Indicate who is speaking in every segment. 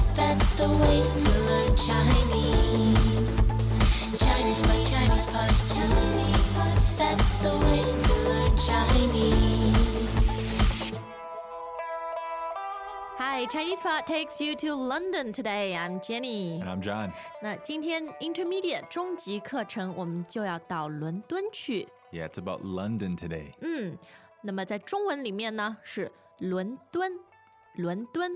Speaker 1: a way to learn Chinese. Chinese pot, Chinese pot, Chinese pot. That's the way to learn Chinese.
Speaker 2: Hi, Chinese Pod takes you to London today. I'm Jenny.
Speaker 3: And I'm John.
Speaker 2: 那今天 Intermediate 中级课程，我们就要到伦敦去。
Speaker 3: Yeah, it's about London today.
Speaker 2: 嗯，那么在中文里面呢是伦敦，伦敦，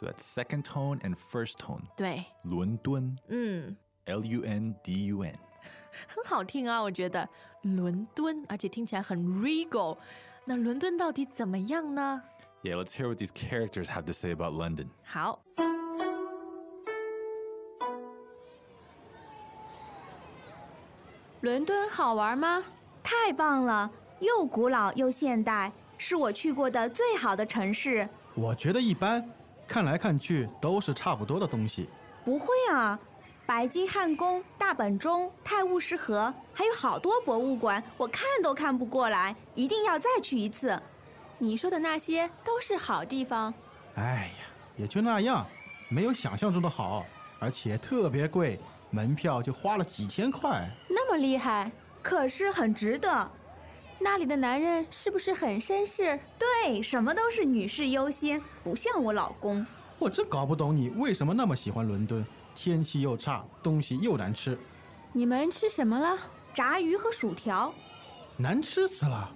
Speaker 3: So that's second tone and first tone.
Speaker 2: 对，
Speaker 3: 伦敦,
Speaker 2: 嗯，
Speaker 3: L U N D U N.
Speaker 2: 很好听啊，我觉得伦敦，而且听起来很 regal。那伦敦到底怎么样呢？
Speaker 3: Yeah, let's hear what these characters have to say about London.
Speaker 2: 好，伦敦好玩吗？
Speaker 4: 太棒了，又古老又现代，是我去过的最好的城市。
Speaker 5: 我觉得一般，看来看去都是差不多的东西。
Speaker 4: 不会啊，白金汉宫、大本钟、泰晤士河，还有好多博物馆，我看都看不过来，一定要再去一次。你说的那些都是好地方，
Speaker 5: 哎呀，也就那样，没有想象中的好，而且特别贵，门票就花了几千块。
Speaker 4: 那么厉害，可是很值得。那里的男人是不是很绅士？对，什么都是女士优先，不像我老公。
Speaker 5: 我真搞不懂你为什么那么喜欢伦敦，天气又差，东西又难吃，
Speaker 4: 你们吃什么了？炸鱼和薯条。
Speaker 5: 难吃死了。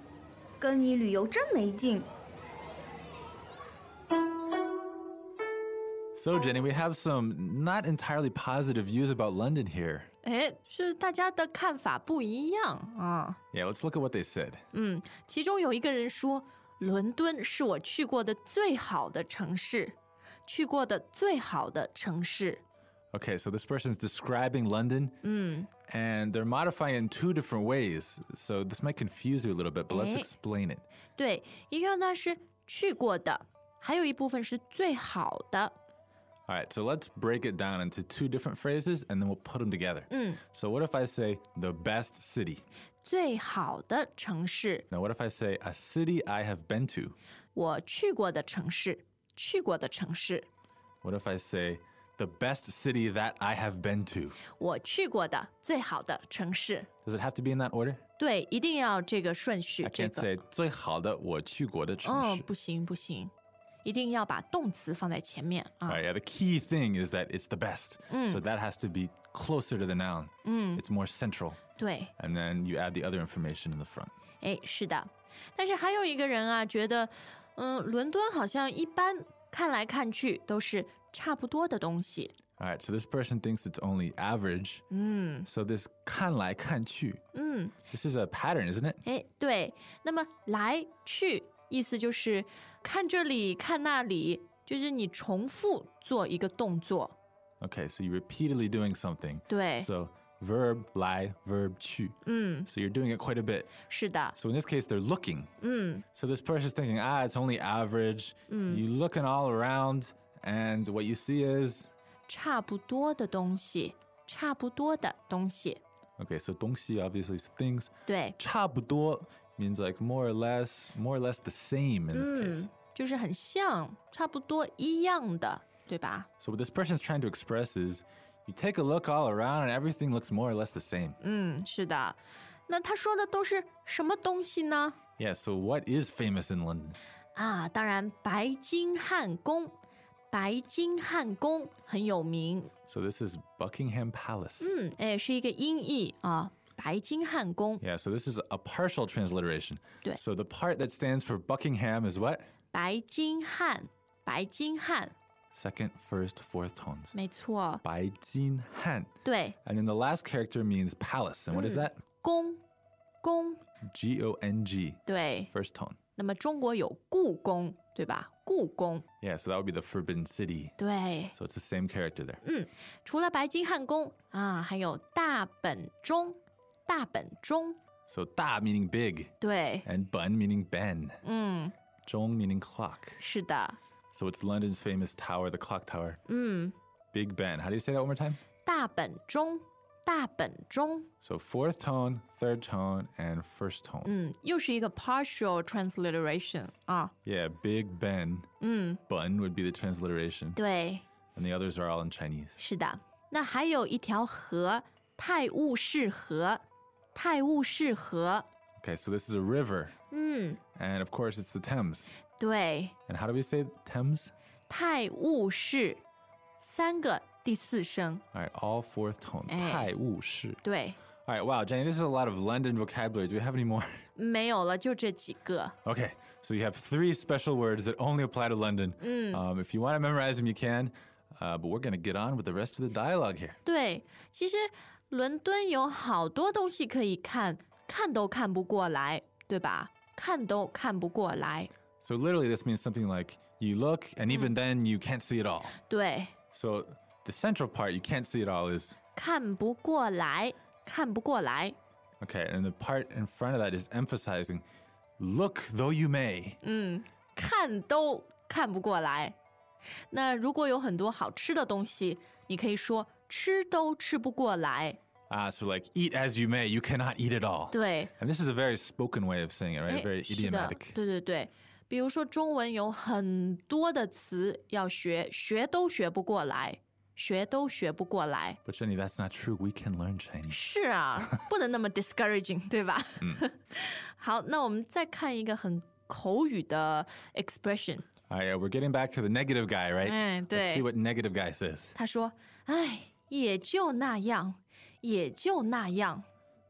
Speaker 4: 跟你旅游真没劲。
Speaker 3: So, Jenny, we have some not entirely positive views about London here.
Speaker 2: 哎，是大家的看法不一样啊。
Speaker 3: Yeah, let's look at what they said.
Speaker 2: 嗯，其中有一个人说，伦敦是我去过的最好的城市，去过的最好的城市。
Speaker 3: Okay, so this person's describing London
Speaker 2: 嗯，
Speaker 3: and they're modifying it in two different ways. So, this might confuse you a little bit, but let's
Speaker 2: Eh.
Speaker 3: explain it.
Speaker 2: 对，一个呢是去过的，还有一部分是最好的。
Speaker 3: All right, so let's break it down into two different phrases and then we'll put them together.
Speaker 2: 嗯，
Speaker 3: So, what if I say the best city?
Speaker 2: 最好的城市，
Speaker 3: Now, what if I say a city I have been to?
Speaker 2: 我去过的城市，去过的城市，
Speaker 3: What if I say the best city that I have been to?
Speaker 2: 我去过的最好的城市。
Speaker 3: Does it have to be in that order?
Speaker 2: 对，一定要这个顺
Speaker 3: I
Speaker 2: 序，这
Speaker 3: can't
Speaker 2: 个，
Speaker 3: say 最好的我去过的城市。
Speaker 2: 嗯，不行不行，一定要把动词放在前面啊。
Speaker 3: Alright, yeah, the key thing is that it's the best. So that has to be closer to the noun. It's more central.
Speaker 2: 对，
Speaker 3: And then you add the other information in the front.
Speaker 2: 哎，是的，但是还有一个人啊，觉得，嗯，伦敦好像一般，看来看去都是差不多的东西。
Speaker 3: Alright, so this person thinks it's only average.
Speaker 2: 嗯
Speaker 3: So this 看来看去,
Speaker 2: 嗯，
Speaker 3: this is a pattern, isn't it?
Speaker 2: 哎，对，那么来去意思就是看这里看那里，就是你重复做一个动作。
Speaker 3: Okay, so you're repeatedly doing something.
Speaker 2: 对，
Speaker 3: So verb 来, verb 去.
Speaker 2: 嗯，
Speaker 3: So you're doing it quite a bit.
Speaker 2: 是的，
Speaker 3: So in this case, they're looking.
Speaker 2: 嗯
Speaker 3: So this person's thinking, ah, it's only average. You looking all around, and what you see is
Speaker 2: 差不多的东西，差不多的东西。
Speaker 3: okay. So 东西 obviously is things.
Speaker 2: 对，
Speaker 3: 差不多 means like more or less, more or less the same in this case.
Speaker 2: 嗯，就是很像，差不多一样的，对吧？
Speaker 3: So what this person's trying to express is, you take a look all around, and everything looks more or less the same.
Speaker 2: 嗯，是的。那他说的都是什么东西呢？
Speaker 3: Yeah. So what is famous in London?
Speaker 2: 啊，当然，白金汉宫，白金汉宫很有名。
Speaker 3: So this is Buckingham Palace.
Speaker 2: 嗯，哎，是一个音译啊，白金汉宫，
Speaker 3: Yeah, so this is a partial transliteration.
Speaker 2: 对
Speaker 3: So the part that stands for Buckingham is what?
Speaker 2: 白金汉，白金汉，
Speaker 3: Second, first, fourth tones.
Speaker 2: 没错，
Speaker 3: Bai Jin Han.
Speaker 2: 对，
Speaker 3: And then the last character means palace. And what is that?
Speaker 2: 宫，宫，
Speaker 3: G O N G.
Speaker 2: 对。
Speaker 3: First tone.
Speaker 2: 那么中国有故宫，对吧？故宫，
Speaker 3: Yeah, so that would be the Forbidden City.
Speaker 2: 对。
Speaker 3: So it's the same character there.
Speaker 2: 除了白金汉宫啊，还有大本钟，大本钟，
Speaker 3: So Da meaning big,
Speaker 2: 对，
Speaker 3: and Bun meaning Ben,
Speaker 2: 嗯，
Speaker 3: Zhong meaning clock.
Speaker 2: 是的。
Speaker 3: So it's London's famous tower, the clock tower.
Speaker 2: 嗯，
Speaker 3: Big Ben. How do you say that one more time?
Speaker 2: 大本钟，大本钟，
Speaker 3: So fourth tone, third tone, and first tone.
Speaker 2: 嗯，又是一个 partial transliteration 啊，
Speaker 3: Yeah, Big Ben.
Speaker 2: 嗯，
Speaker 3: Bun would be the transliteration.
Speaker 2: 对，
Speaker 3: and the others are all in Chinese.
Speaker 2: 是的，那还有一条河，泰晤士河，泰晤士河，
Speaker 3: Okay, so this is a river,
Speaker 2: 嗯，
Speaker 3: and of course it's the Thames.
Speaker 2: 对，
Speaker 3: And how do we say Thames?
Speaker 2: 泰晤士，三个第四声，
Speaker 3: All right, all fourth tone.
Speaker 2: 哎。
Speaker 3: 泰晤士.
Speaker 2: 对，
Speaker 3: All right, wow, Jenny, this is a lot of London vocabulary. Do we have any more?
Speaker 2: 没有了，就这几个。
Speaker 3: Okay, so you have three special words that only apply to London.
Speaker 2: 嗯 Hmm.
Speaker 3: Um, if you want to memorize them, you can. Uh, but we're going to get on with the rest of the dialogue here.
Speaker 2: 对，其实伦敦有好多东西可以看，看都看不过来，对吧？看都看不过来。
Speaker 3: So literally, this means something like you look, and even then, you can't see it all.
Speaker 2: 对，
Speaker 3: So the central part, you can't see it all, is
Speaker 2: 看不过来，看不过来。
Speaker 3: okay, and the part in front of that is emphasizing look though you may.
Speaker 2: 嗯，看都看不过来。那如果有很多好吃的东西，你可以说吃都吃不过来。
Speaker 3: Ah, so like eat as you may, you cannot eat it all.
Speaker 2: 对，
Speaker 3: And this is a very spoken way of saying it, right?
Speaker 2: 哎
Speaker 3: Very
Speaker 2: 是的
Speaker 3: idiomatic.
Speaker 2: 对对对，比如说中文有很多的词要学，学都学不过来，学都学不过来。
Speaker 3: But Jenny, that's not true. We can learn Chinese.
Speaker 2: 是啊，不能那 么 discouraging，对吧？
Speaker 3: 嗯
Speaker 2: 好，那我们再看一个很口语的 expression。
Speaker 3: All right, yeah, we're getting back to the negative guy, right?
Speaker 2: 哎，
Speaker 3: Let's
Speaker 2: 对
Speaker 3: see，what negative guy says.
Speaker 2: 他说：“哎，也就那样，也就那样。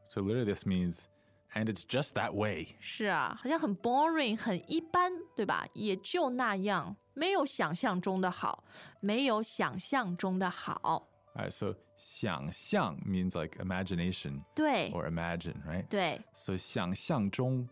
Speaker 3: So literally, this means, and it's just that way. ”
Speaker 2: 是啊，好像很 boring，很一般，对吧？也就那样，没有想象中的好，没有想象中的好。
Speaker 3: All right, so 想象 means like imagination
Speaker 2: 对
Speaker 3: or imagine, right?
Speaker 2: 对，
Speaker 3: So 想象中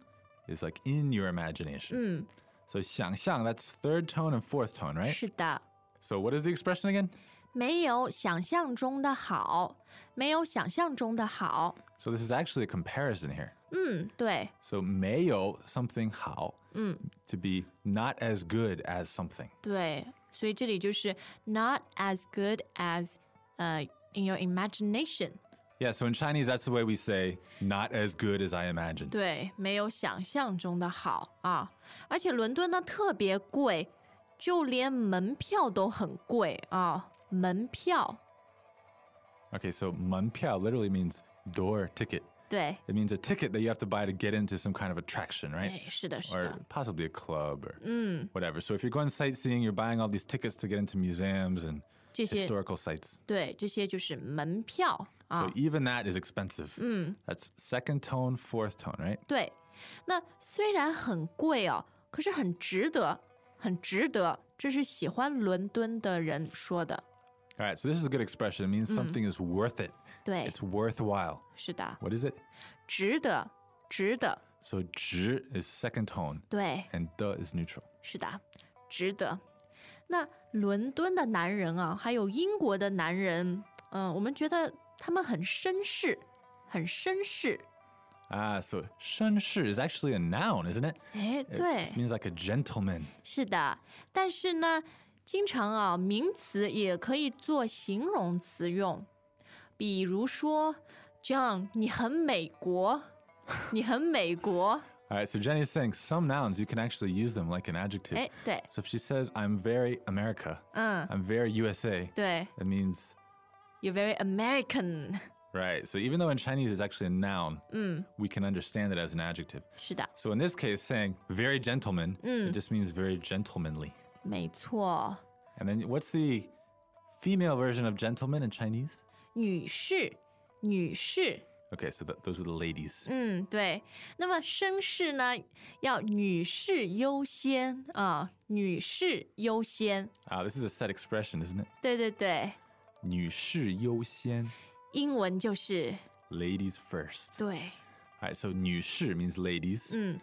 Speaker 3: is like in your imagination.
Speaker 2: 嗯，
Speaker 3: So 想象 that's third tone and fourth tone, right?
Speaker 2: 是的，
Speaker 3: So what is the expression again?
Speaker 2: 没有想象中的好，没有想象中的好。
Speaker 3: So this is actually a comparison here.
Speaker 2: 嗯，对
Speaker 3: So 没有 something 好
Speaker 2: 嗯
Speaker 3: to be not as good as something.
Speaker 2: 对，所以这里就是 not as good as，呃、i n your imagination。
Speaker 3: Yeah, so in Chinese that's the way we say not as good as I imagined.
Speaker 2: 对，没有想象中的好啊！而且伦敦呢特别贵，就连门票都很贵啊！门票，
Speaker 3: Okay, so 门票 literally means door ticket.
Speaker 2: 对，
Speaker 3: It means a ticket that you have to buy to get into some kind of attraction, right?
Speaker 2: 哎，是的，是
Speaker 3: or
Speaker 2: 的，
Speaker 3: possibly a club or
Speaker 2: 嗯，
Speaker 3: whatever. So if you're going sightseeing, you're buying all these tickets to get into museums and
Speaker 2: 这些
Speaker 3: historical sites.
Speaker 2: 对，这些就是门票啊嗯
Speaker 3: So。even that is expensive. That's second tone, fourth tone, right?
Speaker 2: 对，那虽然很贵哦，可是很值得，很值得。这是喜欢伦敦的人说的。
Speaker 3: All right. So this is a good expression. It means something is worth it.
Speaker 2: 对，
Speaker 3: It's worthwhile.
Speaker 2: 是的，
Speaker 3: What is it?
Speaker 2: 值得，值得。
Speaker 3: So 值 is second tone
Speaker 2: 对，
Speaker 3: and 的 is neutral.
Speaker 2: 是的，值得。那伦敦的男人啊，还有英国的男人，嗯、我们觉得他们很绅士，很绅士。
Speaker 3: Ah, so 绅士 is actually a noun, isn't it?
Speaker 2: 哎，
Speaker 3: It
Speaker 2: 对
Speaker 3: just，means like a gentleman.
Speaker 2: 是的。但是呢，经常啊，名词也可以做形容词用，比如说，John，你很美国，你很美国。
Speaker 3: All right. So Jenny's saying some nouns you can actually use them like an adjective.
Speaker 2: 哎，对，
Speaker 3: So if she says I'm very America,
Speaker 2: 嗯，
Speaker 3: I'm very USA.
Speaker 2: 对
Speaker 3: It means
Speaker 2: ，You're very American。
Speaker 3: right. So even though in Chinese it's actually a noun,
Speaker 2: 嗯，
Speaker 3: we can understand it as an adjective.
Speaker 2: 是的。
Speaker 3: So in this case, saying very gentleman, it just means very gentlemanly.
Speaker 2: 没错，
Speaker 3: And then what's the female version of gentleman in Chinese?
Speaker 2: 女士，女士，
Speaker 3: Okay, so th- those are the ladies.
Speaker 2: 嗯，对。那么绅士呢，要女士优先啊、女士优先。
Speaker 3: Ah, this is a set expression, isn't it?
Speaker 2: 对对对，
Speaker 3: 女士优先,
Speaker 2: 英文就是
Speaker 3: ladies first.
Speaker 2: 对，
Speaker 3: All right, so 女士 means ladies.
Speaker 2: 嗯。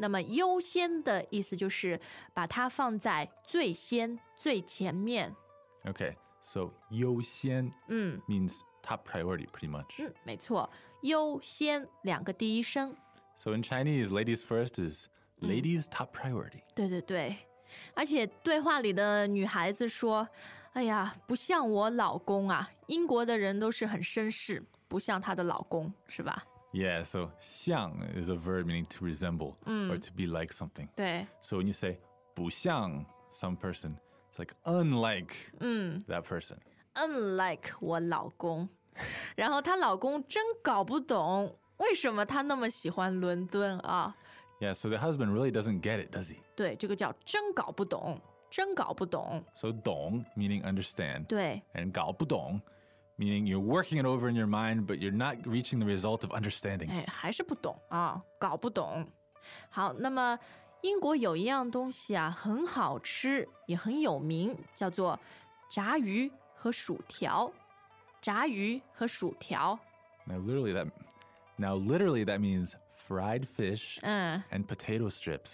Speaker 2: 那么优先的意思就是把它放在最先、最前面。
Speaker 3: Okay, so 优先
Speaker 2: 嗯
Speaker 3: means top priority, pretty much.
Speaker 2: 嗯，没错，优先两个第一声。
Speaker 3: So in Chinese, ladies first is ladies top priority.
Speaker 2: 对对对，而且对话里的女孩子说：“哎呀，不像我老公啊，英国的人都是很绅士，不像她的老公，是吧
Speaker 3: Yeah, so 像 is a verb meaning to resemble or to be like something.
Speaker 2: 对？”
Speaker 3: So when you say 不像 some person, it's It's like unlike
Speaker 2: 嗯
Speaker 3: that person.
Speaker 2: ，unlike 我老公，然后她老公真搞不懂为什么她那么喜欢伦敦啊。
Speaker 3: Yeah, so the husband really doesn't get it, does he?
Speaker 2: 对，这个叫真搞不懂，真搞不懂。
Speaker 3: So dong meaning understand,
Speaker 2: 对，
Speaker 3: and gao dong meaning you're working it over in your mind, but you're not reaching the result of understanding.
Speaker 2: 哎，还是不懂啊，搞不懂。好，那么英国有一样东西啊，很好吃，也很有名，叫做炸鱼和薯条。炸鱼和薯条，
Speaker 3: Now literally that now literally that means fried fish
Speaker 2: 嗯，
Speaker 3: and potato strips.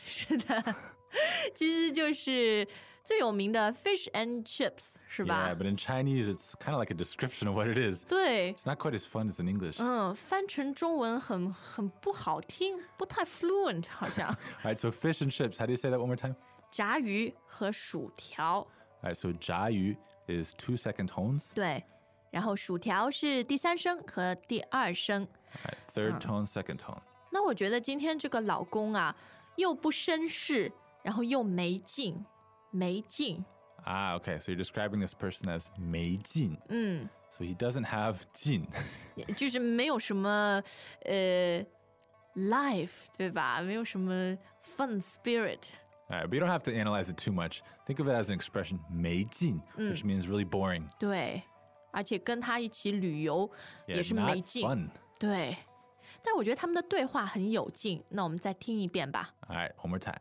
Speaker 2: 其实就是最有名的 fish and chips，是
Speaker 3: Yeah,
Speaker 2: 吧？
Speaker 3: but in Chinese it's kind of like a description of what it is.
Speaker 2: 对，
Speaker 3: It's not quite as fun as in English.
Speaker 2: 嗯，翻成中文很很不好听，不太 fluent，好像
Speaker 3: All right, so fish and chips. How do you say that one more time?
Speaker 2: 炸鱼和薯条。
Speaker 3: All right, so jia yu is two second tones.
Speaker 2: 对，然后薯条是第三声和第二声。
Speaker 3: All right, third tone, second tone.
Speaker 2: 那我觉得今天这个老公啊，又不绅士，然后又没劲，没劲。
Speaker 3: Ah, okay. So you're describing this person as mei jin.
Speaker 2: 嗯，
Speaker 3: So he doesn't have jin.
Speaker 2: 也就是没有什么呃 life，对吧？没有什么 fun spirit。
Speaker 3: All right, but you don't have to analyze it too much. Think of it as an expression, 没劲, which means really boring.
Speaker 2: 对，而且跟他一起旅游
Speaker 3: Yeah,
Speaker 2: 也是没
Speaker 3: not
Speaker 2: 劲。
Speaker 3: fun.
Speaker 2: 对，但我觉得他们的对话很有劲。那我们再听一遍吧。
Speaker 3: All right, one more time.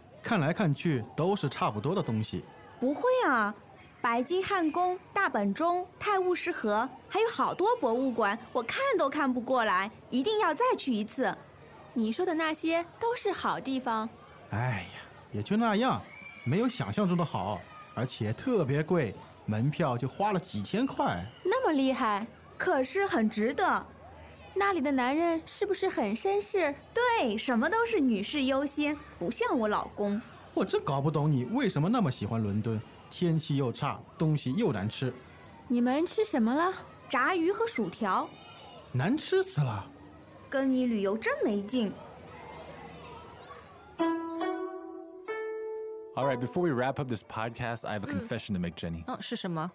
Speaker 5: 看来看去都是差不多的东西。
Speaker 4: 不会啊，白金汉宫、大本钟、泰晤士河，还有好多博物馆，我看都看不过来，一定要再去一次。你说的那些都是好地方，
Speaker 5: 哎呀，也就那样，没有想象中的好，而且特别贵，门票就花了几千块。
Speaker 4: 那么厉害，可是很值得。那里的男人是不是很绅士？对，什么都是女士优先，不像我老公。
Speaker 5: 我真搞不懂你为什么那么喜欢伦敦，天气又差，东西又难吃，
Speaker 4: 你们吃什么了？炸鱼和薯条，
Speaker 5: 难吃死了。
Speaker 4: 跟你旅游真没劲。
Speaker 3: All right, before we wrap up this podcast, I have a confession to make, Jenny.
Speaker 2: 嗯，是什么？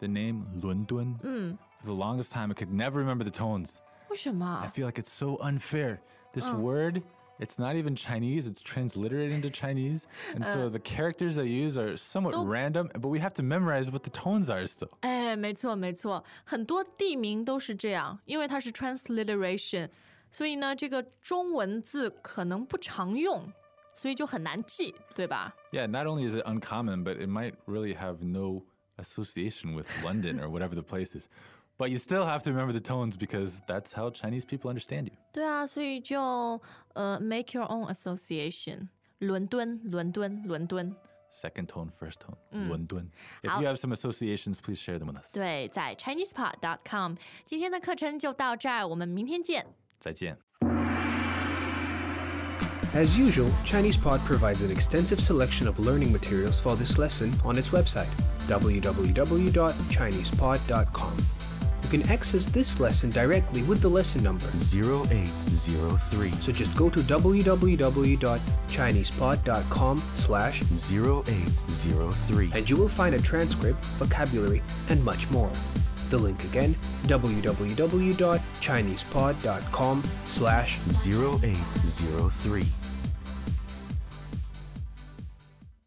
Speaker 3: The name Lundun, for the longest time, I could never remember the tones.
Speaker 2: 为什
Speaker 3: I
Speaker 2: 么？
Speaker 3: feel like it's so unfair. This word, it's not even Chinese, it's transliterated into Chinese. And so the characters they use are somewhat random, but we have to memorize what the tones are still.
Speaker 2: 哎，没错没错，很多地名都是这样，因为它是 transliteration，所以呢，这个中文字可能不常用，所以就很难记，对吧？
Speaker 3: Yeah, not only is it uncommon, but it might really have no association with London or whatever the place is. But you still have to remember the tones because that's how Chinese people understand you.
Speaker 2: 对啊，所以就呃，make your own association。伦敦，伦敦，伦敦。
Speaker 3: Second tone, first tone, London. If you have some associations, please share them with us.
Speaker 2: 对，在 ChinesePod.com，今天的课程就到这儿，我们明天见。
Speaker 3: 再见.
Speaker 6: As usual, ChinesePod provides an extensive selection of learning materials for this lesson on its website, www.chinesepod.com. You can access this lesson directly with the lesson number,
Speaker 7: 0803
Speaker 6: so just go to www.chinesepod.com slash
Speaker 7: 0803
Speaker 6: and you will find a transcript, vocabulary, and much more. The link again, www.chinesepod.com slash
Speaker 7: 0803